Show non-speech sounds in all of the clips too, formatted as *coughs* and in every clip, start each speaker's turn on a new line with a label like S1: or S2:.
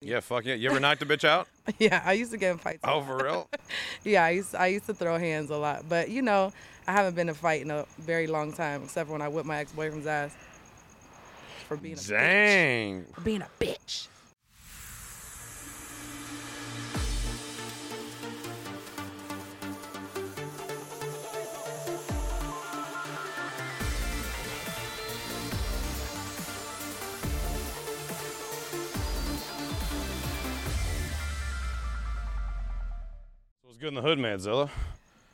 S1: Yeah, fuck yeah. You ever knocked a bitch
S2: *laughs*
S1: out?
S2: Yeah, I used to get in fights. a
S1: Oh,
S2: lot.
S1: for real?
S2: Yeah, I used, I used to throw hands a lot. But, you know, I haven't been in a fight in a very long time, except for when I whipped my ex boyfriend's ass for *laughs* being a
S1: Dang.
S2: For being a bitch.
S1: What's good in the hood, Manzilla?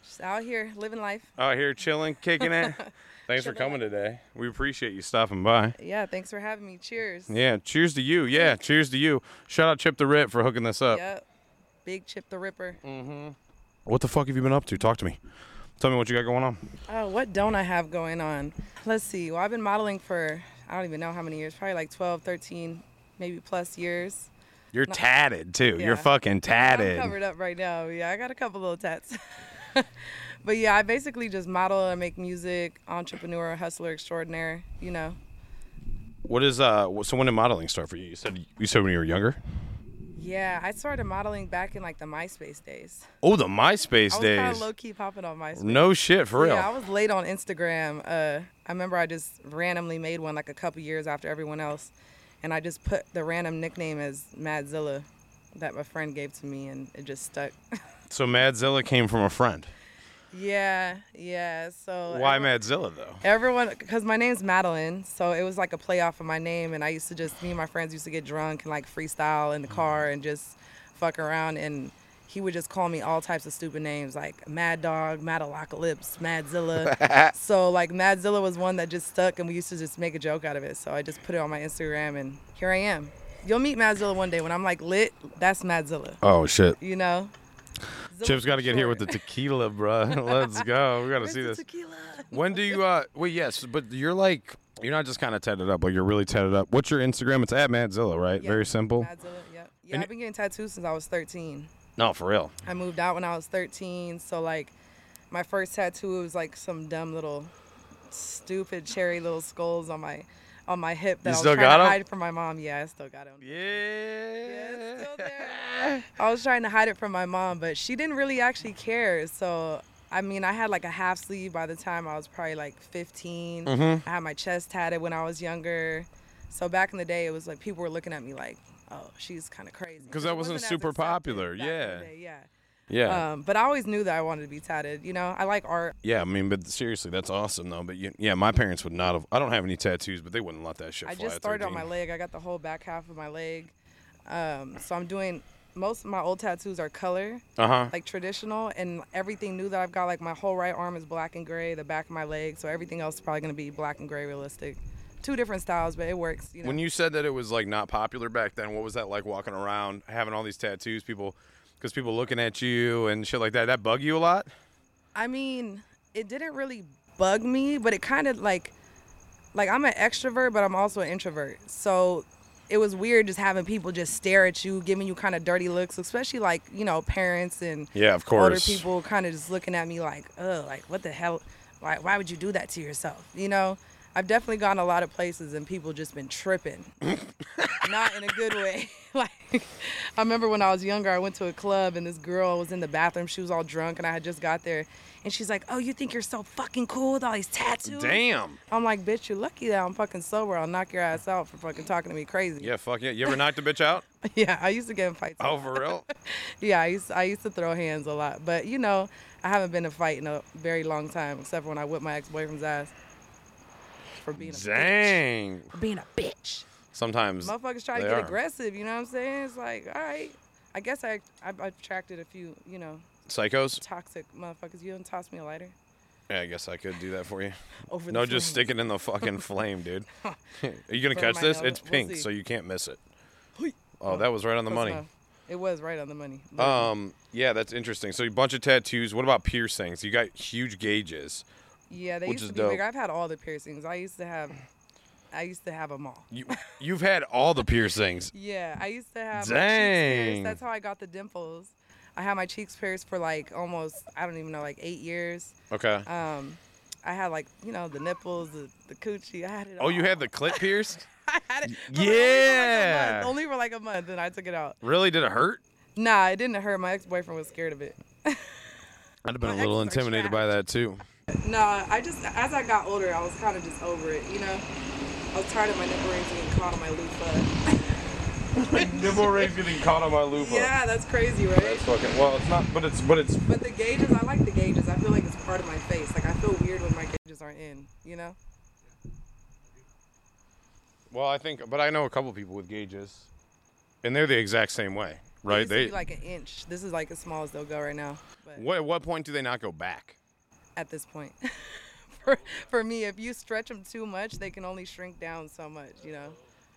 S2: Just out here living life.
S1: Out here chilling, kicking
S2: *laughs*
S1: it. Thanks for coming today. We appreciate you stopping by.
S2: Yeah, thanks for having me. Cheers.
S1: Yeah, cheers to you. Yeah, cheers to you. Shout out Chip the Rip for hooking this up.
S2: Yep. Big Chip the Ripper.
S1: Mm. What the fuck have you been up to? Talk to me. Tell me what you got going on.
S2: Oh, what don't I have going on? Let's see. Well, I've been modeling for I don't even know how many years, probably like 12, 13, maybe plus years.
S1: You're tatted too.
S2: Yeah.
S1: You're fucking
S2: I'm
S1: tatted.
S2: covered up right now. Yeah, I got a couple little tats. *laughs* but yeah, I basically just model and make music, entrepreneur, hustler extraordinaire, you know.
S1: What is uh? wh- So when did modeling start for you? You said you said when you were younger.
S2: Yeah, I started modeling back in like the MySpace days.
S1: Oh, the MySpace
S2: I was kind
S1: days.
S2: of low key popping on MySpace.
S1: No shit, for real.
S2: Yeah, I was late on Instagram. Uh, I remember I just randomly made one like a couple years after everyone else, and I just put the random nickname as Madzilla that my friend gave to me, and it just stuck. *laughs*
S1: so Madzilla came from a friend.
S2: yeah, yeah. So
S1: Why
S2: everyone-
S1: Madzilla though?
S2: Everyone, because my name's Madeline, so it was like a play off of my name, and I used to just me and my friends used to get drunk and like freestyle
S1: Mm-hmm.
S2: in the car and just fuck around, and he would just call me all types of stupid names like Mad Dog,
S1: *laughs*
S2: Madalocalypse, Madzilla. so like Madzilla was one that just stuck, and we used to just make a joke out of it. So I just put it on my Instagram, and here I am. You'll meet Madzilla one day when I'm like lit. That's Madzilla,
S1: Oh shit.
S2: you know. Zilla
S1: Chip's got to
S2: for
S1: get here with the
S2: short.
S1: tequila, bruh. *laughs* Let's go. We got to
S2: It's
S1: see
S2: the
S1: this.
S2: tequila.
S1: When do you? uh Well, yes, but you're like you're not just kind of tatted up, but you're really tatted up. What's your Instagram? It's at Madzilla, right?
S2: Yeah,
S1: Very simple.
S2: Madzilla, yep. Yeah,
S1: And-
S2: I've been getting tattoos since I was 13.
S1: No, for real.
S2: I moved out when I was 13, so like my first tattoo was like some dumb little stupid cherry little skulls on my on my hip
S1: You
S2: that I was
S1: still
S2: trying
S1: got
S2: to
S1: 'em?
S2: hide from my mom. Yeah, I still got them.
S1: Yeah.
S2: it's still there. *laughs* I was trying to hide it from my mom, but she didn't really actually care. So, I mean, I had like a half sleeve by the time I was probably like 15.
S1: Mm-hmm.
S2: I had my chest tatted when I was younger. So back in the day, it was like people were looking at me like, "Oh, she's kind of crazy."
S1: 'Cause that
S2: it
S1: wasn't
S2: as
S1: super
S2: accepted
S1: popular,
S2: back in the
S1: yeah.
S2: day, yeah.
S1: Yeah.
S2: Um, but I always knew that I wanted to be tatted. You know, I like art.
S1: yeah. I mean, but seriously, that's awesome though. But you, yeah, my parents would not have. I don't have any tattoos, but they wouldn't let that shit
S2: I
S1: fly.
S2: just
S1: at
S2: started on
S1: 13.
S2: my leg. I got the whole back half of my leg. Um, so I'm doing most of my old tattoos are color,
S1: Uh-huh.
S2: like traditional, and everything new that I've got. Like my whole right arm is black and gray. The back of my leg, so everything else is probably gonna be black and gray realistic. Two different styles, but it works. You know.
S1: When you said that it was like not popular back then, what was that like walking around having all these tattoos, people because people looking at you and shit like that? That bug you a lot?
S2: I mean, it didn't really bug me, but it kind of like, like I'm an extrovert, but I'm also an introvert. So it was weird just having people just stare at you, giving you kind of dirty looks, especially like you know parents and
S1: Yeah, of
S2: older
S1: course.
S2: people kind of just looking at me like, oh, like what the hell? Why why would you do that to yourself? You know, I've definitely gone a lot of places and people just been
S1: *laughs*
S2: tripping not in a good way. *laughs* like I remember when I was younger, I went to a club and this girl was in the bathroom. She was all drunk, and I had just got there, and she's like, "Oh, you think you're so fucking cool with all these tattoos?"
S1: Damn.
S2: I'm like, "Bitch, you're lucky that I'm fucking sober. I'll knock your ass out for fucking talking to me crazy."
S1: Yeah, fuck yeah. You ever knocked a bitch out?
S2: *laughs* yeah, I used to get in fights.
S1: Oh, for real?
S2: Yeah, I used I used to throw hands a lot, but you know, I haven't been in a fight in a very long time, except for when I whipped my ex boyfriend's ass for being a
S1: Dang.
S2: for being a bitch.
S1: Sometimes
S2: motherfuckers try to
S1: they
S2: get
S1: are.
S2: aggressive. You know what I'm saying? It's like, all right. I guess I, I I attracted a few, you know,
S1: Psychos?
S2: toxic motherfuckers. You don't toss me a lighter.
S1: Yeah, I guess I could do that for you.
S2: Over the
S1: no, just
S2: flames.
S1: stick it in the fucking flame,
S2: *laughs*
S1: dude. *laughs* Are you gonna
S2: Burn
S1: catch
S2: my
S1: this?
S2: nose.
S1: It's
S2: We'll
S1: pink,
S2: see.
S1: so you can't miss it.
S2: Hui.
S1: Oh, that was right on the
S2: Close
S1: money.
S2: enough. It was right on the money.
S1: Um, yeah, that's interesting. So a bunch of tattoos. What about piercings? You got huge gauges.
S2: yeah, they
S1: which
S2: used
S1: is
S2: to be
S1: dope.
S2: bigger. I've had all the piercings. I used to have, I used to have them all. *laughs*
S1: You, you've had all the piercings.
S2: Yeah, I used to have my cheeks
S1: Dang.
S2: pierced. That's how I got the dimples. I had my cheeks pierced for like almost, I don't even know, like eight years.
S1: Okay.
S2: Uh, Um, I had like, you know, the nipples, the, the coochie. I had it
S1: oh, you
S2: all.
S1: had the clit pierced?
S2: *laughs* I had it. Oh for like-
S1: Yeah.
S2: Only for like a month, and I took it out.
S1: Really? Did it hurt?
S2: Nah, it didn't hurt. My ex-boyfriend was scared of it.
S1: I'd have been
S2: My
S1: a little
S2: exes are
S1: intimidated by that too.
S2: Nah, I just as I got older, I was kind of just over it. You know, I was tired of my nipple rings getting caught on my loofah.
S1: Nipple rings getting caught on my loofah.
S2: Yeah, that's crazy, right?
S1: That's fucking well. It's not, but it's but it's
S2: But the gauges, I like the gauges. I feel like it's part of my face. Like I feel weird when my gauges aren't in. You know?
S1: well. I think, but I know a couple people with gauges, and they're the exact same way,
S2: It
S1: right?
S2: used to
S1: They
S2: be like an inch. This is like as small as they'll go right now. But
S1: what at what point do they not go back?
S2: at this point, *laughs* for for me, if you stretch them too much, they can only shrink down so much. You know?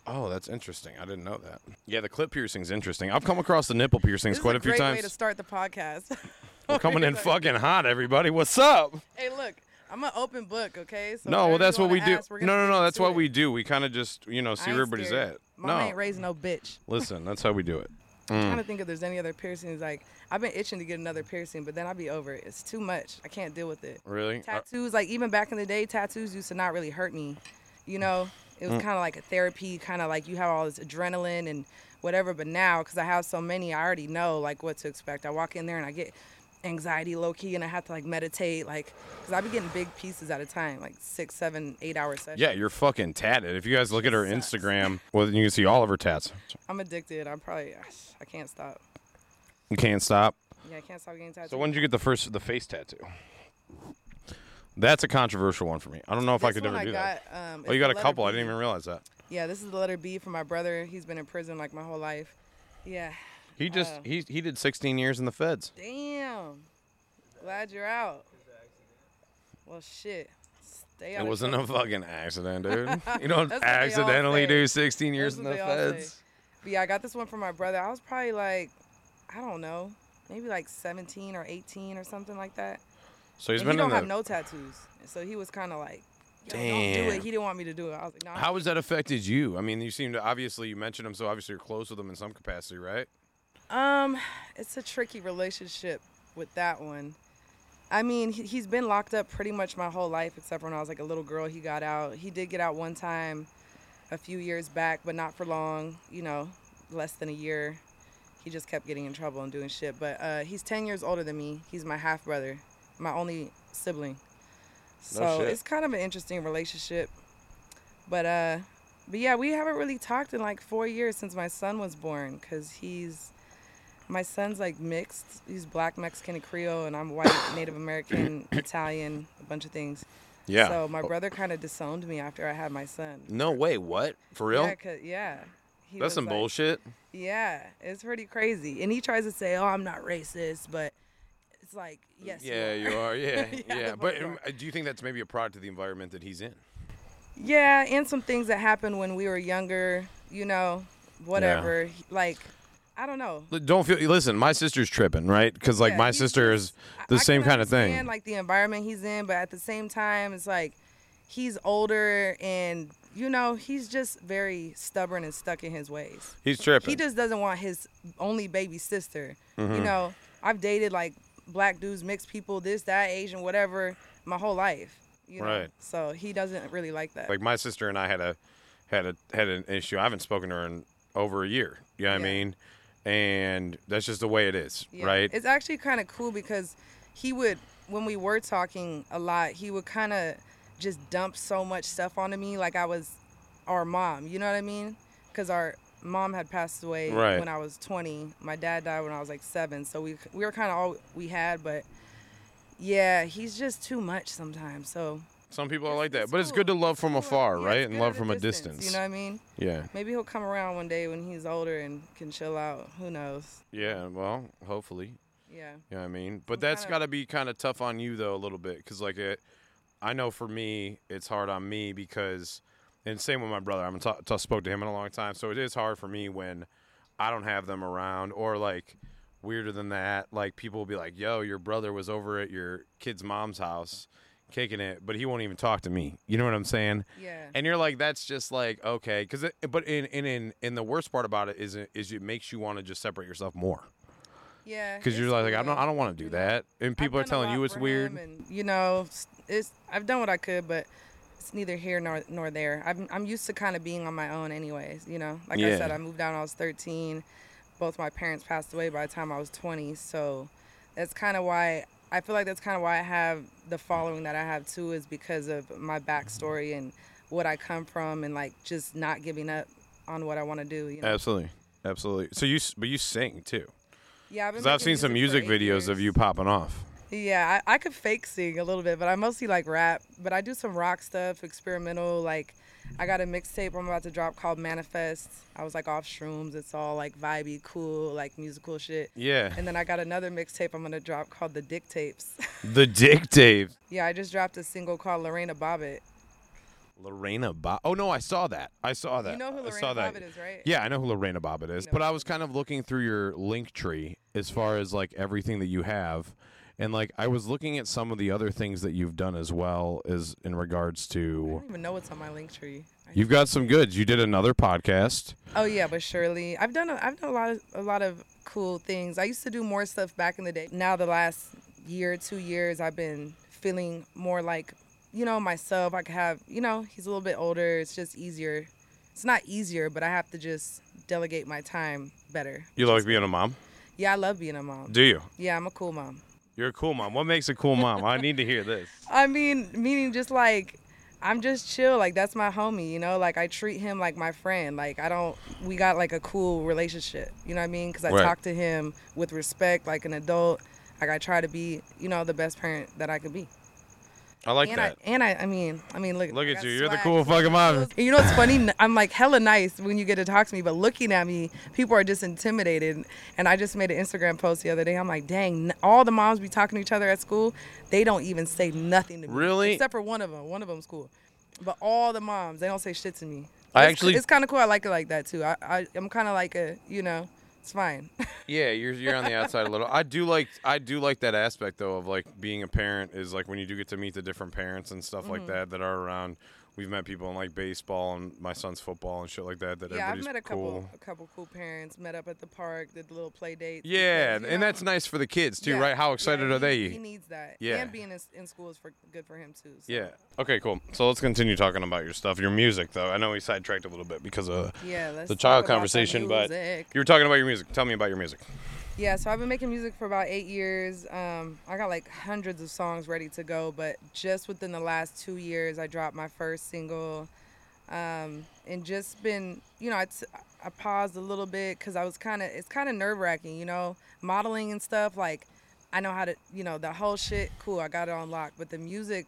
S1: Oh, that's interesting. I didn't know that. Yeah, the clip piercing's interesting. I've come across the nipple piercings
S2: This
S1: quite a,
S2: is a,
S1: few
S2: great
S1: times.
S2: way to start the podcast.
S1: *laughs* We're
S2: *laughs*
S1: coming in fucking hot, everybody. What's up?
S2: Hey, look, I'm an open book, okay? So
S1: no, well,
S2: whatever
S1: that's
S2: you
S1: what we
S2: wanna
S1: do.
S2: ask, we're
S1: no,
S2: gonna
S1: no,
S2: get
S1: no.
S2: into
S1: That's what
S2: it.
S1: we do. We kind of just, you know, see
S2: I
S1: where
S2: ain't
S1: everybody's
S2: scared.
S1: at.
S2: Mom
S1: no, Mm.
S2: ain't raising no bitch.
S1: listen, that's how we do it.
S2: I'm trying to think if there's any other piercings. Like I've been itching to get another piercing, but then I'd be over it. It's too much. I can't deal with it.
S1: Really? Uh,
S2: Tattoos, like even back in the day, tattoos used to not really hurt me. You know, it
S1: Mm.
S2: was kind of like a therapy, kind of like you have all this adrenaline and whatever. But now, because I have so many, I already know like what to expect. I walk in there and I get anxiety low key, and I have to like meditate, like because I be getting big pieces at a time, like six, seven, eight hour sessions.
S1: yeah, you're fucking tatted. If you guys look at her
S2: Sucks.
S1: Instagram, well, then you can see all of her tats.
S2: I'm addicted. I'm probably, I can't stop.
S1: You can't stop.
S2: Yeah, I can't stop getting tattoos.
S1: So when did you get the first the face tattoo? That's a controversial one for me. I don't know if I
S2: This
S1: could
S2: one
S1: ever do that.
S2: got, um,
S1: Oh,
S2: is
S1: you got
S2: the
S1: a
S2: letter
S1: couple. I
S2: B.
S1: didn't even realize that.
S2: Yeah, this is the letter B for my brother. He's been in prison like my whole life. Yeah.
S1: He just
S2: Oh.
S1: he he did 16 years in the feds.
S2: Damn. Glad you're out. Well, shit. Stay out.
S1: It
S2: of
S1: wasn't
S2: trouble.
S1: a fucking accident, dude. You don't
S2: *laughs* That's what they all
S1: accidentally
S2: say.
S1: do 16 years
S2: That's
S1: in
S2: what
S1: the
S2: they all say.
S1: feds.
S2: But yeah, I got this one from my brother. I was probably like, I don't know, maybe like 17 or 18 or something like that.
S1: So he's
S2: and he
S1: been in
S2: don't
S1: the
S2: have no tattoos, so he was kind of like, Yo, don't do
S1: Damn.
S2: it. He didn't want me to do it. I was like, no.
S1: How has that affected you? I mean, you seem to obviously you mentioned him, so obviously you're close with him in some capacity, right?
S2: Um, it's a tricky relationship with that one. I mean, he, he's been locked up pretty much my whole life, except for when I was like a little girl. He got out. He did get out one time, a few years back, but not for long. You know, less than a year. He just kept getting in trouble and doing shit. But uh, he's ten years older than me. He's my half brother, my only sibling. So
S1: shit.
S2: it's kind of an interesting relationship. But uh, but yeah, we haven't really talked in like four years since my son was born, cause he's my son's like mixed. He's black, Mexican, and Creole, and I'm white, *coughs* Native American, Italian, a bunch of things. So my brother kind of disowned me after I had my son.
S1: no way. What? For real?
S2: Yeah, 'cause- yeah. He
S1: That's
S2: was
S1: some
S2: like-
S1: bullshit.
S2: Yeah, it's pretty crazy. And he tries to say, "Oh, I'm not racist," but it's like, yes, you
S1: yeah, you are. Yeah, yeah.
S2: Yeah, the
S1: But
S2: fuck
S1: um, do you think that's maybe a product of the environment that he's in?
S2: *laughs* Yeah, and some things that happened when we were younger, you know, whatever. He- Like, I don't know.
S1: L- Don't feel. Listen, my sister's tripping, right? Because like
S2: Yeah,
S1: my
S2: he's
S1: sister is
S2: I-
S1: the
S2: I
S1: same
S2: can
S1: kind of thing.
S2: understand, Like the environment he's in, but at the same time, it's like he's older and you know he's just very stubborn and stuck in his ways.
S1: he's tripping. Mm-hmm.
S2: He just doesn't want his only baby sister. You know, I've dated like black dudes, mixed people, this, that, Asian, whatever, my whole life. You know?
S1: Right.
S2: So he doesn't really like that.
S1: like my sister and I had a had a had an issue. I haven't spoken to her in over a year. You know what I
S2: Yeah.
S1: mean? And that's just the way it is,
S2: Yeah.
S1: right?
S2: It's actually kind of cool because he would, when we were talking a lot, he would kind of just dump so much stuff onto me, like I was our mom. You know what I mean? Because our mom had passed away
S1: Right.
S2: when I was 20. My dad died when I was like seven, so we we were kind of all we had. But yeah, he's just too much sometimes. So
S1: Some people are like that,
S2: it's
S1: but it's good to
S2: cool.
S1: love from
S2: Cool.
S1: afar,
S2: Yeah,
S1: right?
S2: it's
S1: And
S2: good
S1: love
S2: at
S1: from a distance.
S2: You know what I mean?
S1: Yeah.
S2: Maybe he'll come around one day when he's older and can chill out. Who knows?
S1: Yeah, well, hopefully.
S2: Yeah.
S1: You know what I mean? But
S2: I'm
S1: that's
S2: kinda-
S1: got to be kind of tough on you though a little bit cuz like it I know for me it's hard on me because and same with my brother. I haven't ta- ta- spoke to him in a long time. So it is hard for me when I don't have them around or like weirder than that, like people will be like, "Yo, your brother was over at your kid's mom's house kicking it, but he won't even talk to me." You know what I'm saying?
S2: Yeah.
S1: and you're like that's just like okay because but in in in and the worst part about it is it is it makes you want to just separate yourself more
S2: Yeah.
S1: because you're
S2: it's
S1: like,
S2: cool
S1: i don't
S2: though.
S1: i don't want to do that and people are
S2: I've done a
S1: telling you
S2: lot
S1: it's
S2: for
S1: weird
S2: him and, you know, it's I've done what I could, but it's neither here nor nor there. I'm I'm used to kind of being on my own, anyways. You know, like I
S1: Yeah.
S2: said, I moved out when I was 13. Both my parents passed away by the time I was 20, so that's kind of why I feel like that's kind of why I have the following that I have too, is because of my backstory and what I come from, and like just not giving up on what I want to do. You know?
S1: Absolutely, absolutely. So you, s- but you sing too,
S2: yeah,
S1: because I've
S2: making
S1: seen some music
S2: for eight
S1: videos of
S2: years.
S1: you popping off.
S2: Yeah, I, I could fake sing a little bit, but I mostly like rap. But I do some rock stuff, experimental. Like, I got a mixtape I'm about to drop called Manifest. I was like off shrooms. It's all like vibey, cool, like musical shit.
S1: Yeah,
S2: And then I got another mixtape I'm gonna drop called The Dick Tapes. *laughs*
S1: the Dick Dave,
S2: yeah, I just dropped a single called Lorena Bobbitt.
S1: Lorena Bob. Oh no, I saw that. I saw that.
S2: You know who
S1: I
S2: Lorena
S1: saw that.
S2: Bobbitt is, right?
S1: Yeah, I know who Lorena Bobbitt is,
S2: know
S1: but
S2: who
S1: I was kind of looking through your link tree as far as like everything that you have, and like I was looking at some of the other things that you've done as well as in regards
S2: I
S1: to
S2: don't even know what's on my link tree.
S1: you've got some goods. You did another podcast.
S2: Oh yeah, but surely I've done a, I've done a lot of a lot of cool things. I used to do more stuff back in the day. Now the last year, two years, I've been feeling more like you know myself. I could have you know he's a little bit older. It's just easier. It's not easier, but I have to just delegate my time better.
S1: You like being a mom?
S2: Yeah, I love being a mom.
S1: Do you?
S2: Yeah, I'm a cool mom.
S1: You're a cool mom. What makes a cool mom? I need to hear this.
S2: I mean, meaning just like I'm just chill. Like that's my homie, you know. Like I treat him like my friend. Like I don't. We got like a cool relationship. You know what I mean? Because I
S1: Right.
S2: talk to him with respect, like an adult. Like I try to be, you know, the best parent that I could be.
S1: I like
S2: and
S1: that.
S2: I and I, I mean, I mean, look.
S1: Look
S2: I
S1: at
S2: got
S1: you. You're the
S2: swag.
S1: cool
S2: *laughs*
S1: fucking mom.
S2: And you know what's funny? N- I'm like hella nice when you get to talk to me, but looking at me, people are just intimidated. And I just made an Instagram post the other day. I'm like, dang, n- all the moms be talking to each other at school. They don't even say nothing to me.
S1: Really?
S2: Except for one of them. One of them's cool. But all the moms, they don't say shit to me.
S1: I
S2: It's-
S1: actually-
S2: It's kind of cool. I like it like that too. I, I I'm kind of like a, you know, it's fine.
S1: *laughs* Yeah, you're you're on the outside a little. I do like I do like that aspect though of like being a parent is like when you do get to meet the different parents and stuff
S2: Mm-hmm.
S1: like that that are around. We've met people in like baseball and my son's football and shit like that. That
S2: *laughs* yeah, I've
S1: everybody's
S2: met a couple,
S1: cool.
S2: a couple cool parents. Met up at the park, did little play dates.
S1: Yeah,
S2: because,
S1: and
S2: you know,
S1: that's nice for the kids too,
S2: Yeah.
S1: right? How
S2: Yeah,
S1: excited are
S2: he-
S1: they?
S2: He needs that.
S1: Yeah.
S2: And being in, in school is for, good for him too. so.
S1: yeah. Okay, cool. So let's continue talking about your stuff, your music though. I know we sidetracked a little bit because of
S2: Yeah. Let's
S1: the
S2: talk
S1: child
S2: about some
S1: conversation, but
S2: music.
S1: you were talking about your music. Tell me about your music.
S2: yeah. So I've been making music for about eight years. Um, I got like hundreds of songs ready to go, but just within the last two years, I dropped my first single. Um, and just been, you know, I, t- I paused a little bit because I was kind of, it's kind of nerve wracking, you know, modeling and stuff. Like, I know how to, you know, the whole shit, cool, I got it on lock. But the music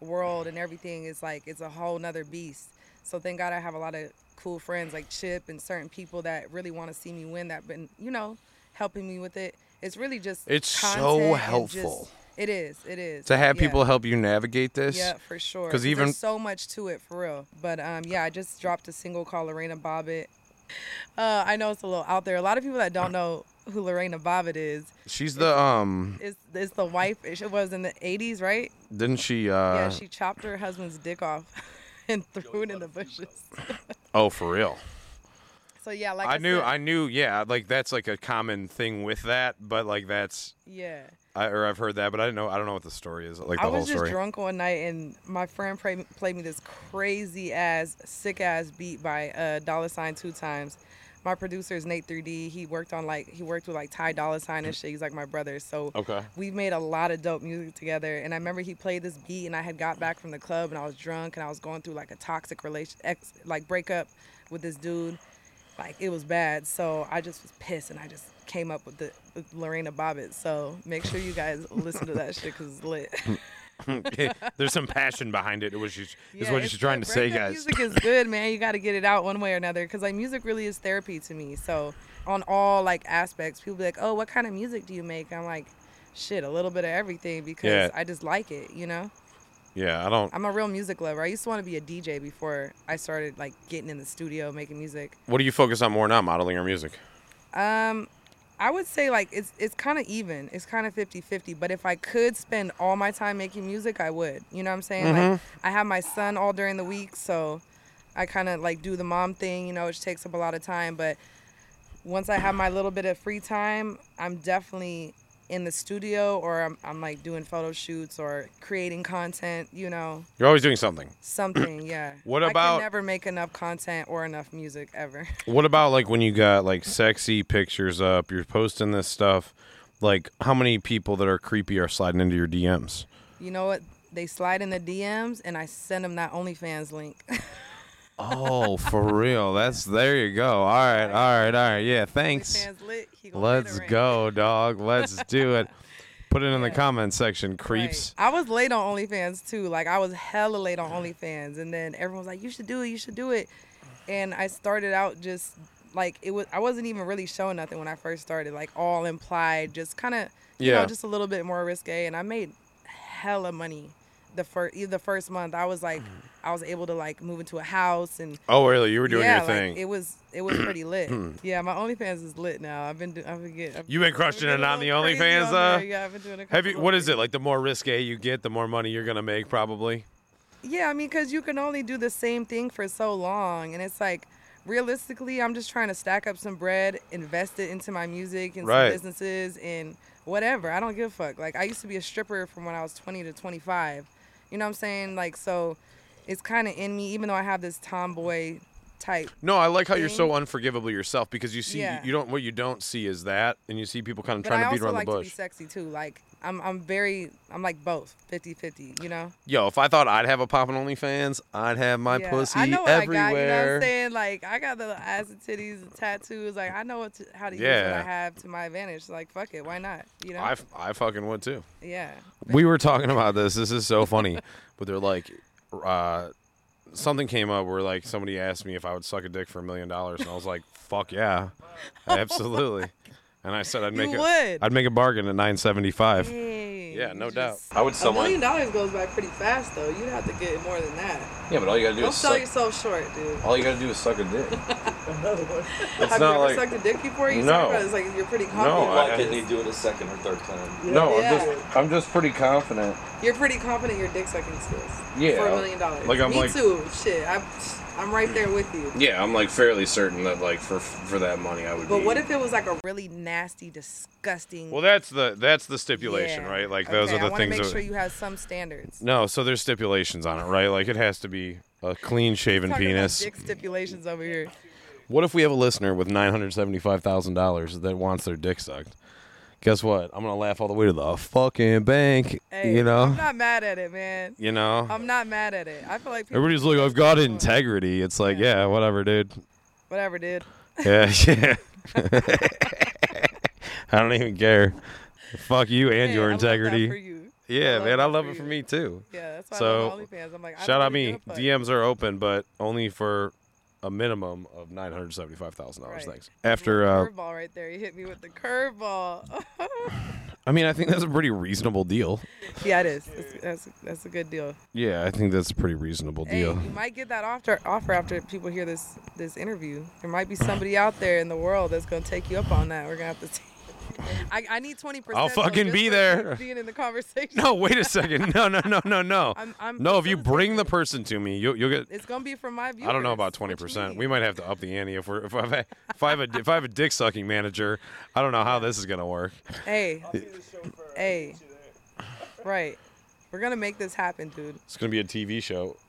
S2: world and everything is like, it's a whole nother beast. So thank God I have a lot of cool friends like Chip and certain people that really want to see me win that been, you know, helping me with it. It's really just,
S1: It's so
S2: content and just-
S1: helpful.
S2: it is, it is.
S1: To have
S2: Yeah.
S1: people help you navigate this.
S2: Yeah, for sure.
S1: 'Cause
S2: Because
S1: even-
S2: there's so much to it, for real. But um, yeah, I just dropped a single called Lorena Bobbitt. Uh, I know it's a little out there. A lot of people that don't know who Lorena Bobbitt is
S1: She's the um
S2: is is the wife. It was in the '80s, right?
S1: didn't she uh
S2: yeah, she chopped her husband's dick off *laughs* and threw it in the bushes.
S1: Oh, for real.
S2: So yeah, like I,
S1: I knew,
S2: said,
S1: I knew, yeah. Like that's like a common thing with that, but like that's,
S2: yeah.
S1: I, or I've heard that, but I don't know, I don't know what the story is, like the
S2: I
S1: whole
S2: was just
S1: story.
S2: drunk one night and my friend play, played me this crazy ass, sick ass beat by uh, Dollar Sign two times. My producer is Nate 3D. He worked on like he worked with like Ty Dollar Sign
S1: Mm.
S2: and shit. He's like my brother. So
S1: Okay.
S2: we made a lot of dope music together. And I remember he played this beat and I had got back from the club and I was drunk and I was going through like a toxic relation ex like breakup with this dude. Like it was bad. So I just was pissed and I just came up with the with Lorena Bobbitt. So make sure you guys listen to that shit because it's lit.
S1: *laughs*
S2: *laughs*
S1: There's some passion behind it. It was just, is
S2: Yeah,
S1: what
S2: it's
S1: she's trying to
S2: good.
S1: say,
S2: Breakup
S1: guys.
S2: Music is good, man. You got to get it out one way or another because like music really is therapy to me. So on all like aspects, people be like, "Oh, what kind of music do you make?" I'm like, "Shit, a little bit of everything because
S1: Yeah.
S2: I just like it." You know,
S1: Yeah, I don't.
S2: I'm a real music lover. I used to want to be a DJ before I started like getting in the studio making music.
S1: What do you focus on more now, modeling or music?
S2: Um, I would say like it's it's kind of even. It's kind of 50-50, but if I could spend all my time making music, I would. You know what I'm saying? Like
S1: Mm-hmm.
S2: I have my son all during the week, so I kind of like do the mom thing, you know, which takes up a lot of time, but once I have my little bit of free time, I'm definitely in the studio or I'm, I'm like doing photo shoots or creating content, you know,
S1: You're always doing something. *clears throat*
S2: something. Yeah.
S1: What
S2: I
S1: about-
S2: can never make enough content or enough music ever.
S1: What about like when you got like sexy pictures up, you're posting this stuff, like how many people that are creepy are sliding into your DMs?
S2: You know what? They slide in the DMs and I send them that OnlyFans link.
S1: Oh, for real. That's there you go. All right, all right, all right. Yeah, thanks.
S2: OnlyFans lit. He gonna pay the
S1: Let's
S2: rent.
S1: go, dog. Let's do it. Put it in the comment section,
S2: Right.
S1: creeps.
S2: I was late on OnlyFans too. Like I was hella late on OnlyFans, and then everyone was like, "You should do it. You should do it." And I started out just like it was. I wasn't even really showing nothing when I first started. Like all implied, just kind of you
S1: Yeah.
S2: know, just a little bit more risque. And I made hella money the first the first month. I was like,
S1: Mm.
S2: I was able to like move into a house and
S1: Oh, really? You were doing
S2: yeah,
S1: your thing.
S2: like it was it was pretty lit. *clears throat* yeah, my OnlyFans is lit now. I've been do, I've been getting. I've
S1: You been
S2: I've
S1: crushing
S2: getting
S1: it
S2: a
S1: on the
S2: little crazy
S1: OnlyFans,
S2: on there.
S1: uh?
S2: Yeah, I've been doing a
S1: Have you?
S2: couple
S1: What
S2: of
S1: is it like? The more risque you get, the more money you're gonna make, probably.
S2: Yeah, I mean, because you can only do the same thing for so long. And it's like, realistically, I'm just trying to stack up some bread, invest it into my music and
S1: Right.
S2: some businesses and whatever. I don't give a fuck. Like, I used to be a stripper from when I was 20 to 25. You know what I'm saying? Like, so it's kind of in me, even though I have this tomboy type.
S1: No, I like how you're so
S2: Thing.
S1: unforgivable yourself because you see,
S2: Yeah.
S1: you don't what you don't see is that, and you see people kind of
S2: But
S1: trying
S2: I
S1: to beat
S2: also
S1: around
S2: like
S1: the
S2: to be
S1: bush.
S2: sexy too. Like, I'm, I'm very, I'm like both 50 50, you know?
S1: Yo, if I thought I'd have a poppin' OnlyFans, I'd have my
S2: Yeah,
S1: pussy
S2: I know what
S1: everywhere.
S2: I got, you know what I'm saying? Like, I got the little ass and titties and tattoos. Like, I know what to, how to use
S1: Yeah.
S2: what I have to my advantage. Like, fuck it, why not? You know?
S1: I f- I fucking would too.
S2: yeah.
S1: We were talking about this. This is so funny, but they're like, uh, something came up where like somebody asked me if I would suck a dick for a million dollars, and I was like, fuck
S2: *laughs*
S1: yeah, absolutely. And I said I'd make
S2: You
S1: a
S2: would.
S1: would make a bargain at nine seventy five.
S2: Dang,
S1: Yeah,
S2: you
S1: no
S2: just-
S1: doubt. I would
S2: A million dollars goes by pretty fast, though. You'd have to get more than that.
S3: Yeah, but all you gotta do
S2: Don't
S3: is
S2: sell
S3: suck.
S2: yourself short, dude.
S3: All you gotta do is suck a dick.
S2: *laughs*
S3: *laughs* Oh,
S2: have you
S1: not
S2: ever
S1: like-
S2: sucked a dick before? You
S1: No.
S2: talk about it, it's like you're pretty
S1: No,
S2: confident.
S1: I-
S3: couldn't he do it a second or third time?
S1: No,
S2: Yeah.
S1: I'm just I'm just pretty confident.
S2: you're pretty confident your dick sucking skills.
S1: Yeah.
S2: For a million dollars.
S1: Like, I'm
S2: Me
S1: like-
S2: too. Shit, I'm, I'm right there with you.
S1: Yeah, I'm like fairly certain that like for for that money I would.
S2: But what if it was like a really nasty, disgusting?
S1: Well, that's the that's the stipulation,
S2: Yeah.
S1: right? Like those
S2: Okay,
S1: are the
S2: I
S1: things.
S2: I want to make
S1: that,
S2: sure you have some standards.
S1: no, so there's stipulations on it, right? Like it has to be a clean shaven
S2: Talking about
S1: penis.
S2: dick stipulations over here.
S1: What if we have a listener with nine hundred seventy five thousand dollars that wants their dick sucked? Guess what? I'm gonna laugh all the way to the fucking bank.
S2: Hey,
S1: you know,
S2: I'm not mad at it, man.
S1: you know.
S2: I'm not mad at it. I feel like people,
S1: Everybody's like, I've got integrity. It's like, yeah, whatever, dude.
S2: whatever, dude.
S1: *laughs* Yeah, yeah. *laughs* I don't even care. Fuck you and
S2: Man, I
S1: your
S2: love that
S1: integrity.
S2: for you.
S1: Yeah,
S2: I love
S1: man, I
S2: that
S1: love
S2: for
S1: it for
S2: you.
S1: me too.
S2: Yeah, that's why I
S1: So,
S2: love OnlyFans. I'm like, I
S1: Shout
S2: don't
S1: out me.
S2: really give a fuck.
S1: DMs are open, but only for a minimum of nine hundred seventy-five thousand dollars.
S2: Right.
S1: Thanks. After, uh,
S2: curveball right there. You hit me with the curveball. *laughs*
S1: I mean, I think that's a pretty reasonable deal.
S2: yeah, it is. That's, that's that's a good deal.
S1: Yeah, I think that's a pretty reasonable
S2: Hey,
S1: deal. *laughs*
S2: you might get that offer offer after people hear this this interview. There might be somebody out there in the world that's gonna take you up on that. We're gonna have to. See. *laughs* I, I need twenty percent.
S1: I'll fucking be there.
S2: Being in the conversation.
S1: No, wait a second. No, no, no, no, no.
S2: *laughs* I'm- I'm
S1: no, if you
S2: facilitating
S1: bring the
S2: it.
S1: person to me, you'll, you'll get.
S2: It's gonna be from my view.
S1: I don't know about twenty percent. We might have to up the ante if we're if I have if I have a if I have a dick sucking manager. I don't know how this is gonna work.
S2: Hey. Hey. Right. We're gonna make this happen, dude.
S1: It's gonna be a TV show. *sighs*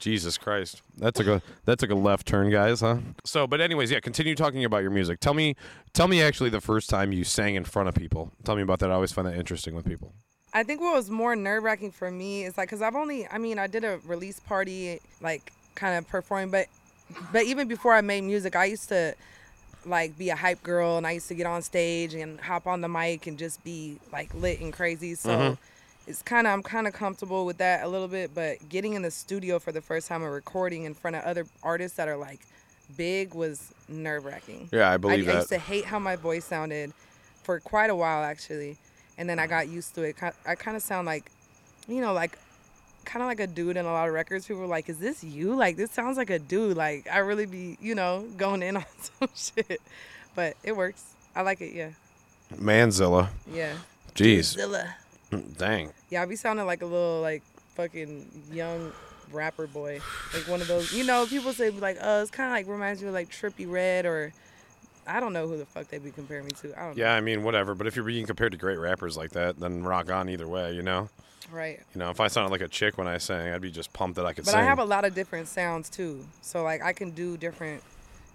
S1: Jesus Christ, that took a that took a left turn, guys, huh? So, but anyways, yeah. Continue talking about your music. Tell me, tell me actually the first time you sang in front of people. Tell me about that. I always find that interesting with people.
S2: I think what was more nerve wracking for me is like, cause I've only, I mean, I did a release party, like kind of performing, but, but even before I made music, I used to like be a hype girl and I used to get on stage and hop on the mic and just be like lit and crazy. So it's kind of, I'm kind of comfortable with that a little bit, but getting in the studio for the first time and recording in front of other artists that are like big was nerve wracking.
S1: Yeah, I believe
S2: I,
S1: that.
S2: I used to hate how my voice sounded for quite a while actually, and then I got used to it. Ki- I kind of sound like, you know, like kind of like a dude in a lot of records. People were like, "Is this you? Like this sounds like a dude. Like I really be, you know, going in *laughs* on some shit." But it works. I like it. Yeah,
S1: Manzilla,
S2: yeah.
S1: jeez, Mm,
S2: Zilla.
S1: dang.
S2: Yeah, I be sounding like a little like fucking young rapper boy, like one of those. You know, people say like, "Oh, it's kind of like reminds me of like Trippy Red or I don't know who the fuck they be comparing me to. I don't
S1: Yeah, I mean, whatever. But if you're being compared to great rappers like that, then rock on either way, you know?
S2: know. Right.
S1: You know, if I sounded like a chick when I sang, I'd be just pumped that I could
S2: But
S1: sing.
S2: I have a lot of different sounds too. So like I can do different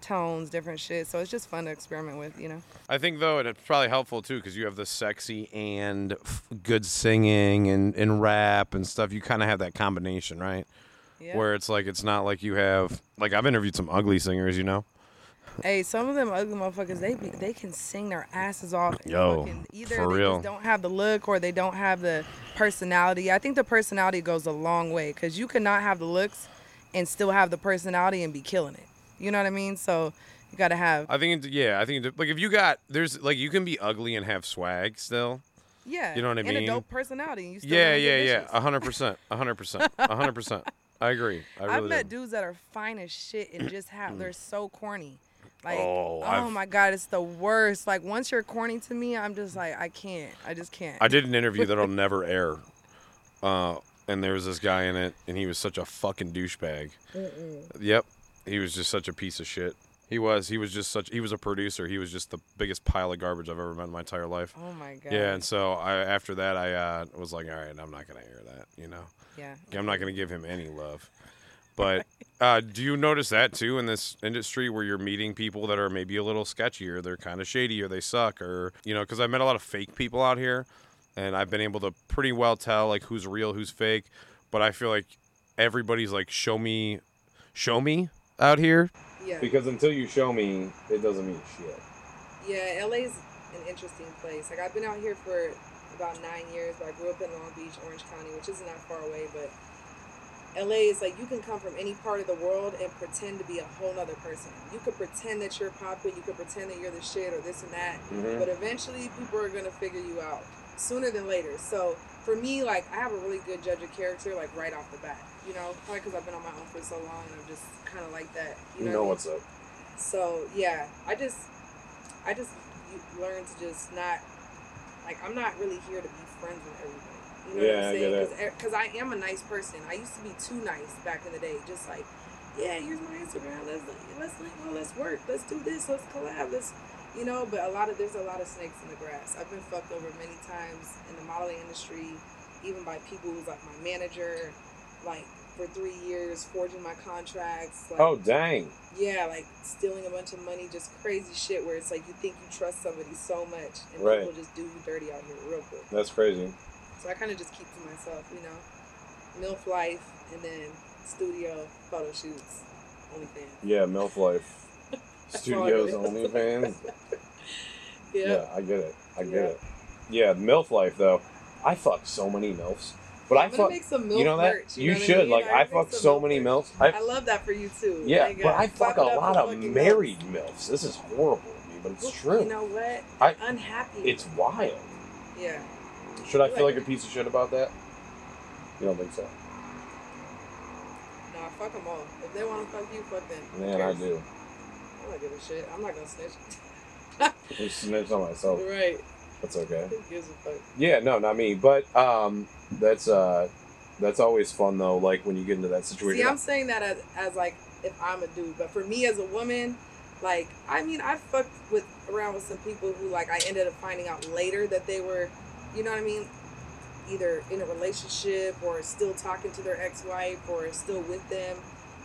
S2: tones, different shit. So it's just fun to experiment with, you know.
S1: I think though, and it's probably helpful too, because you have the sexy and f- good singing and, and rap and stuff. You kind of have that combination, right?
S2: Yeah.
S1: Where it's like it's not like you have like I've interviewed some ugly singers, you know.
S2: Hey, some of them ugly motherfuckers, they be, they can sing their asses off. and
S1: Yo,
S2: fucking- either
S1: for
S2: they
S1: real.
S2: just don't have the look or they don't have the personality. I think the personality goes a long way because you cannot have the looks and still have the personality and be killing it. You know what I mean? So you gotta have
S1: I think it, yeah, I think it, like if you got there's like you can be ugly and have swag still.
S2: yeah,
S1: you know what I
S2: and
S1: mean?
S2: a dope personality. and You still
S1: Yeah,
S2: gonna
S1: yeah,
S2: get
S1: yeah.
S2: bitches.
S1: A hundred percent, a hundred percent, a hundred percent. I agree. I really
S2: I've met
S1: do.
S2: dudes that are fine as shit and just
S1: *clears throat*
S2: have they're so corny. Like
S1: Oh,
S2: oh,
S1: I've-
S2: my god, it's the worst. Like once you're corny to me, I'm just like I can't. I just can't.
S1: I did an interview that'll never air. Uh, and there was this guy in it, and he was such a fucking douchebag. Yep, he was just such a piece of shit. He was. He was just such. He was a producer. He was just the biggest pile of garbage I've ever met in my entire life.
S2: oh my god.
S1: Yeah, and so I after that I uh, was like, all right, I'm not gonna air that. You know,
S2: yeah.
S1: I'm not gonna give him any love. But uh, do you notice that too in this industry where you're meeting people that are maybe a little sketchier, they're kind of shady, or they suck, or you know, because I met a lot of fake people out here, and I've been able to pretty well tell like who's real, who's fake. But I feel like everybody's like, show me, show me out here.
S2: Yeah.
S3: Because until you show me, it doesn't mean shit.
S2: Yeah, LA's an interesting place. Like I've been out here for about nine years, but I grew up in Long Beach, Orange County, which isn't that far away, but LA is like you can come from any part of the world and pretend to be a whole other person. You could pretend that you're popping, you could pretend that you're the shit or this and that,
S3: Mhm.
S2: but eventually people are gonna figure you out sooner than later. So for me, like I have a really good judge of character, like right off the bat. You know, probably because I've been on my own for so long and I'm just kind of like that. You
S3: You
S2: know,
S3: know
S2: what I mean?
S3: what's up.
S2: So yeah, I just, I just you learn to just not, like I'm not really here to be friends with everybody. You know
S3: Yeah, I
S2: what
S3: get
S2: I'm saying? Because I am a nice person. I used to be too nice back in the day. Just like, yeah, here's my Instagram. Let's let's link well, let's work. Let's do this. Let's collab. Let's, you know. But a lot of there's a lot of snakes in the grass. I've been fucked over many times in the modeling industry, even by people who's like my manager, like for three years forging my contracts. Like,
S3: Oh dang.
S2: yeah, like stealing a bunch of money, just crazy shit where it's like you think you trust somebody so much and
S3: Right.
S2: people just do you dirty out here real quick.
S3: That's crazy.
S2: So I kind of just keep to myself, you know? MILF life and then studio photo shoots, OnlyFans.
S3: Yeah, MILF Life.
S2: *laughs* That's
S3: Studios
S2: all it is.
S3: OnlyFans.
S2: Yeah.
S3: Yeah, I get it. I get
S2: Yeah.
S3: it. Yeah, MILF Life though. I fuck so many MILFs. But I
S2: I'm gonna
S3: fuck
S2: make some MILF
S3: you know that?
S2: merch,
S3: you
S2: know what I
S3: should.
S2: mean?
S3: Like I
S2: make
S3: fuck
S2: some
S3: so many
S2: merch.
S3: MILFs. I
S2: I love that for you too.
S3: Yeah,
S2: Like,
S3: but
S2: uh,
S3: I fuck a
S2: clap it up
S3: lot
S2: for
S3: of
S2: fucking
S3: married
S2: MILFs.
S3: MILFs. This is horrible to me, but it's
S2: Well,
S3: true.
S2: You know what?
S3: I-
S2: Unhappy.
S3: it's wild.
S2: yeah.
S3: Should I feel like a piece of shit about that? You don't think so?
S2: Nah, fuck them all. If they want to fuck you, fuck them. Who
S3: Man, I
S2: cares?
S3: do.
S2: I don't give a shit. I'm not gonna snitch.
S3: I snitched on myself.
S2: right.
S3: That's okay.
S2: Who gives a fuck?
S3: Yeah, no, not me. But um, that's uh, that's always fun though. Like when you get into that
S2: See,
S3: situation.
S2: I'm saying that as, as like if I'm a dude, but for me as a woman, like I mean, I fucked with around with some people who like I ended up finding out later that they were, you know what I mean, either in a relationship or still talking to their ex-wife or still with them.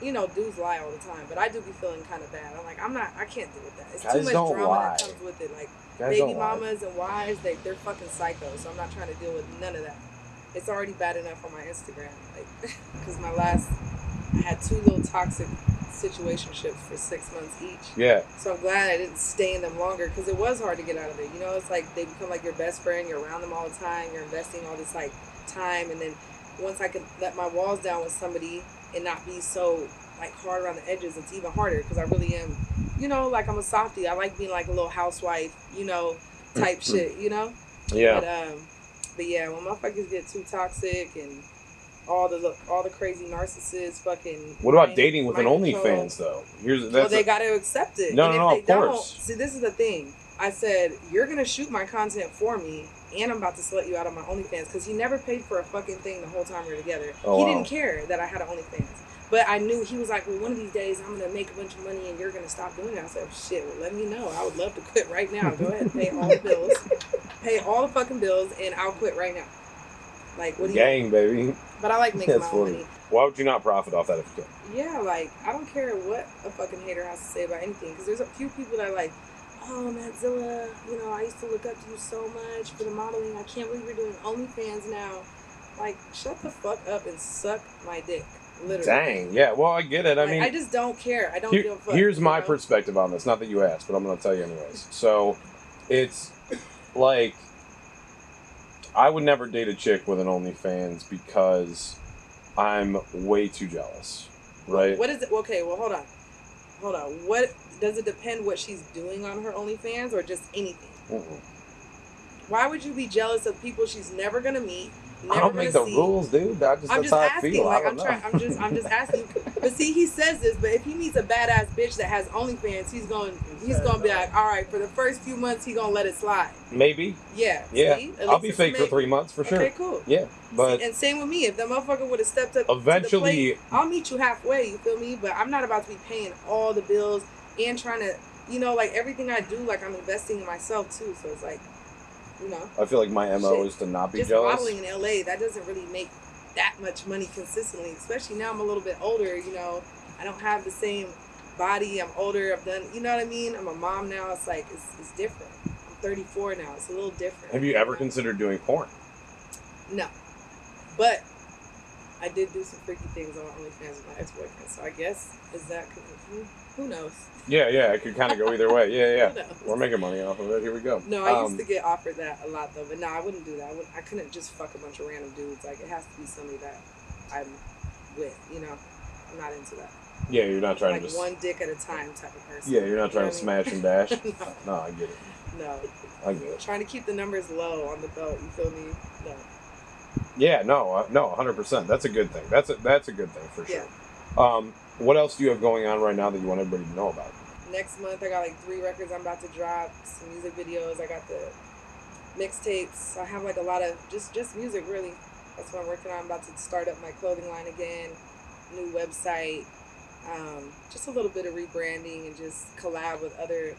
S2: You know, dudes lie all the time, but I do be feeling kind of bad. I'm like, I'm not, I can't deal with that. It's too
S3: Guys
S2: much
S3: don't
S2: drama
S3: lie.
S2: that comes with it. Like.
S3: Guys
S2: baby
S3: don't lie.
S2: mamas and wives, they they're fucking psychos. So I'm not trying to deal with none of that. It's already bad enough on my Instagram, like, *laughs* because my last I had two little toxic situationships for six months each.
S3: Yeah,
S2: So I'm glad I didn't stay in them longer because it was hard to get out of it. You know, it's like they become like your best friend. You're around them all the time. You're investing all this like time, and then once I could let my walls down with somebody and not be so like hard around the edges, it's even harder because I really am. You know, like I'm a softie. I like being like a little housewife. You know,
S3: *laughs*
S2: type shit. You know.
S3: yeah.
S2: But, um, but yeah, when motherfuckers get too toxic and all the all the crazy narcissists fucking.
S3: What about
S2: mind-
S3: dating with an
S2: mind control.
S3: OnlyFans though? Here's that's
S2: Well, they
S3: a-
S2: got to accept it.
S3: No,
S2: And
S3: no, no,
S2: if they
S3: of
S2: don't-
S3: course.
S2: See, this is the thing. I said you're gonna shoot my content for me, and I'm about to slut you out on my OnlyFans because he never paid for a fucking thing the whole time we were together.
S3: Oh,
S2: he
S3: wow.
S2: didn't care that I had an OnlyFans. But I knew he was like, well, one of these days I'm gonna make a bunch of money and you're gonna stop doing that. I said, "Oh, shit, well, let me know. I would love to quit right now. Go ahead and pay all the
S3: *laughs*
S2: bills, pay all the fucking bills, and I'll quit right now. Like, what do you?
S1: Gang, baby.
S2: But I
S1: *laughs*
S2: like making
S1: That's
S2: my own
S1: funny.
S2: money.
S1: Why would you not profit off that if you can?
S2: Yeah, like I don't care what a fucking hater has to say about anything, because there's a few people that are like, oh Matzilla, you know, I used to look up to you so much for the modeling. I can't believe you're doing OnlyFans now. Like, shut the fuck up and suck my dick, literally.
S1: Dang. Yeah. Well, I get it. I
S2: Like,
S1: mean,
S2: I just don't care. I don't
S1: Here-
S2: give a fuck.
S1: here's
S2: you
S1: my
S2: know?
S1: perspective on this. Not that you asked, but I'm going to tell you anyways. So, it's like I would never date a chick with an OnlyFans because I'm way too jealous, right?
S2: What is it? Okay, well, hold on, hold on. What does it depend what she's doing on her OnlyFans or just anything?
S1: Mm-mm.
S2: Why would you be jealous of people she's never gonna meet? Never
S1: Mm-hmm. I don't make
S2: gonna
S1: the
S2: see?
S1: rules, dude. I just
S2: I'm
S1: that's
S2: just
S1: how I
S2: asking.
S1: feel.
S2: Like
S1: I don't
S2: I'm
S1: know.
S2: trying. I'm just. I'm just asking. But see, he says this. But if he meets a badass bitch that has OnlyFans, he's going. He's going to be like, all right. For the first few months, he going to let it slide.
S1: Maybe.
S2: Yeah.
S1: Yeah.
S2: see?
S1: I'll
S2: At least
S1: be
S2: it's
S1: fake for
S2: make-
S1: three months for sure.
S2: Okay, cool.
S1: Yeah, but
S2: and same with me. If that motherfucker would have stepped up, to the
S1: Eventually-
S2: plate, I'll meet you halfway. You feel me? But I'm not about to be paying all the bills and trying to, you know, like everything I do, like I'm investing in myself too. So it's like, you know,
S1: I feel like my mo
S2: Shit.
S1: is to not be
S2: just
S1: jealous.
S2: modeling in LA, that doesn't really make that much money consistently, especially now I'm a little bit older, you know. I don't have the same body. I'm older. I've done, you know what I mean? I'm a mom now. It's like, it's, it's different. I'm 34 now. It's a little different.
S1: Have you ever
S2: know?
S1: considered doing porn?
S2: No. But I did do some freaky things on OnlyFans with my ex boyfriend. So I guess, is that, who, who knows?
S1: Yeah, yeah, it could kind of go either way. Yeah, yeah.
S2: Who knows?
S1: We're making money off of it. Here we go.
S2: No, I used
S1: Um,
S2: to get offered that a lot though, but no, I wouldn't do that. I, wouldn't, I couldn't just fuck a bunch of random dudes. Like it has to be somebody that I'm with. You know, I'm not into that.
S1: Yeah, you're not trying
S2: like
S1: to just.
S2: one dick at a time type of person.
S1: Yeah, you're not trying to
S2: You know
S1: smash and
S2: *laughs*
S1: dash.
S2: what I mean?
S1: No, I get it.
S2: no,
S1: I get
S2: no.
S1: it.
S2: Trying to keep the numbers low on the boat. You feel me? No.
S1: Yeah, no, uh, no, 100. percent That's a good thing. That's a that's a good thing for sure.
S2: Yeah.
S1: Um, what else do you have going on right now that you want everybody to know about?
S2: Next month I got like three records I'm about to drop. Some music videos. I got the mixtapes. I have like a lot of just just music really. That's what I'm working on. I'm about to start up my clothing line again, new website, um, just a little bit of rebranding and just collab with other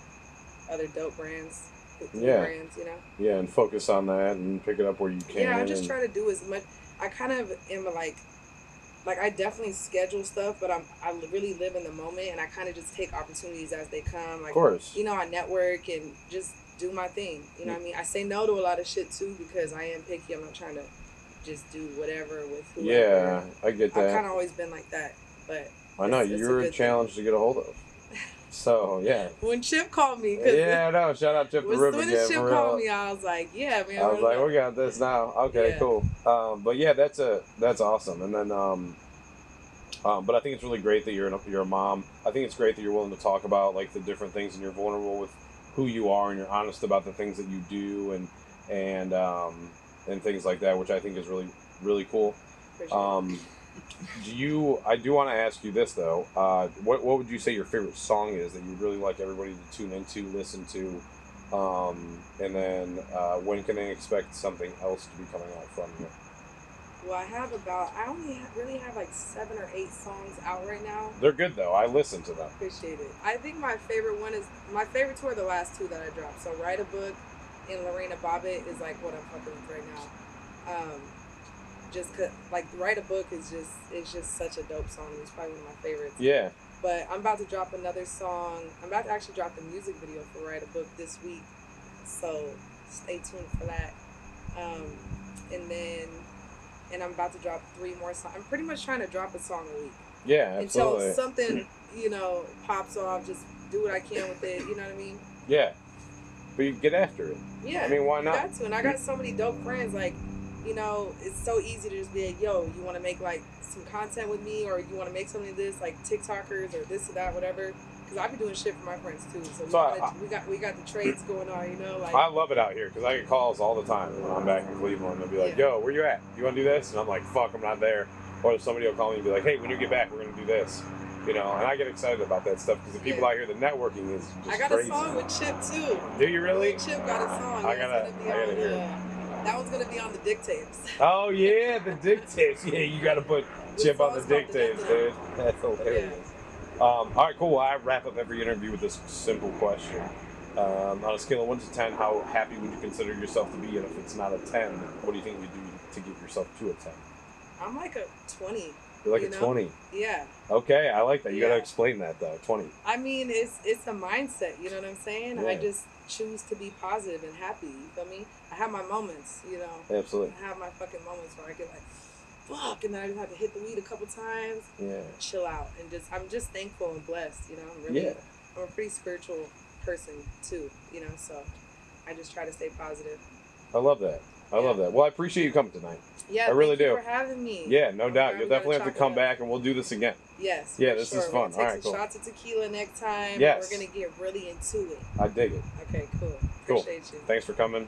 S2: other dope brands, with new
S1: Yeah.
S2: brands, you know.
S1: Yeah, and focus on that and pick it up where you can.
S2: Yeah, I'm just
S1: and-
S2: trying to do as much. I kind of am like, like I definitely schedule stuff, but I'm I really live in the moment and I kind of just take opportunities as they come.
S1: Of
S2: Like
S1: course.
S2: you know, I network and just do my thing. You know what I mean? I say no to a lot of shit too because I am picky. I'm not trying to just do whatever with whoever.
S1: Yeah, I get
S2: I've
S1: that.
S2: kind of always been like that. But
S1: I know
S2: it's- it's a
S1: you're a,
S2: good thing.
S1: challenge to get a hold of. So
S2: *laughs*
S1: yeah,
S2: when Chip called me, cause
S1: yeah, no. Shout out Chip the
S2: when,
S1: Rip
S2: when
S1: again.
S2: Chip
S1: for real.
S2: called me, I was like, yeah, man.
S1: I was
S2: we're
S1: like, we got this now. Okay,
S2: Yeah.
S1: cool. Um, but yeah, that's a that's awesome. And then, um, um, but I think it's really great that you're an, you're a mom. I think it's great that you're willing to talk about like the different things and you're vulnerable with who you are and you're honest about the things that you do and and um, and things like that, which I think is really really cool.
S2: for sure.
S1: Um, do you? I do want to ask you this though. Uh, what what would you say your favorite song is that you would really like everybody to tune into, listen to, um, and then uh, when can they expect something else to be coming out from you?
S2: Well, I have about I only ha- really have like seven or eight songs out right now.
S1: They're good though. I listen to them.
S2: Appreciate it. I think my favorite one is my favorites were the last two that I dropped. So write a book and Lorena Bobbitt is like what I'm fucking with right now. Um, just 'cause- like write a book is just it's just such a dope song. It's probably one of my favorites.
S1: Yeah.
S2: But I'm about to drop another song. I'm about to actually drop the music video for Write a Book this week. So stay tuned for that. Um, and then, and I'm about to drop three more songs. I'm pretty much trying to drop a song a week
S1: Yeah. Absolutely.
S2: until something, you know, pops off. Just do what I can with it. You know what I mean?
S1: Yeah. But you get after it.
S2: Yeah.
S1: I mean, why
S2: You
S1: not?
S2: got to. And I got so many dope friends. Like, you know, it's so easy to just be like, yo, you want to make like some content with me or you want to make something of this, like TikTokers or this or that, whatever. Because I be doing shit for my friends too. So, we,
S1: So I-
S2: got, we got we got the trades going on, you know? Like,
S1: I love it out here because I get calls all the time when I'm back in Cleveland. They'll be like, "Yo, where you at? You want to do this?" And I'm like, "Fuck, I'm not there." Or somebody will call me and be like, "Hey, when you get back, we're gonna do this." You know, and I get excited about that stuff because the people
S2: Yeah.
S1: out here, the networking is just
S2: I got
S1: crazy.
S2: a song with Chip too.
S1: do you
S2: *laughs*
S1: really?
S2: Chip got a song.
S1: I
S2: That's
S1: gotta-
S2: gonna be
S1: I gotta
S2: on,
S1: hear it.
S2: uh, That one's going to be on the dick tapes. *laughs*
S1: Oh yeah, the dick tips. Yeah, you gotta put Chip on the
S2: It's called
S1: dick
S2: the
S1: tape,
S2: dick
S1: dude.
S2: tape.
S1: That's hilarious. Um, all right, cool. Well, I wrap up every interview with this simple question. Um, on a scale of 1 to 10, how happy would you consider yourself to be? And if it's not a 10, what do you think you do to get yourself to a 10?
S2: I'm like a 20.
S1: You're like
S2: You
S1: a
S2: know?
S1: 20.
S2: Yeah.
S1: Okay, I like that. You got
S2: Yeah.
S1: to explain that, though. 20.
S2: I mean, it's it's a mindset. You know what I'm saying? I
S1: Yeah.
S2: just choose to be positive and happy. You feel me? I have my moments. You know, I
S1: Absolutely.
S2: have my fucking moments where I get like, fuck, and then I just have to hit the weed a couple times,
S1: Yeah.
S2: chill out, and just I'm just thankful and blessed. You know, I'm really,
S1: Yeah.
S2: I'm a pretty spiritual person too. You know, so I just try to stay positive.
S1: I love that. I love that. Well, I appreciate you coming tonight.
S2: Yeah,
S1: I really
S2: thank you
S1: do.
S2: for having me.
S1: Yeah, no doubt.
S2: I'm glad
S1: You'll
S2: we got
S1: definitely have to
S2: chop it
S1: come
S2: up.
S1: back and we'll do this again.
S2: Yes.
S1: Yeah,
S2: for
S1: this
S2: sure.
S1: is
S2: We're
S1: fun.
S2: gonna Take
S1: Alright,
S2: some
S1: cool.
S2: shots of tequila next time.
S1: Yes.
S2: We're gonna get really into it.
S1: I dig it.
S2: Okay, cool.
S1: Cool.
S2: Appreciate you.
S1: Thanks for coming.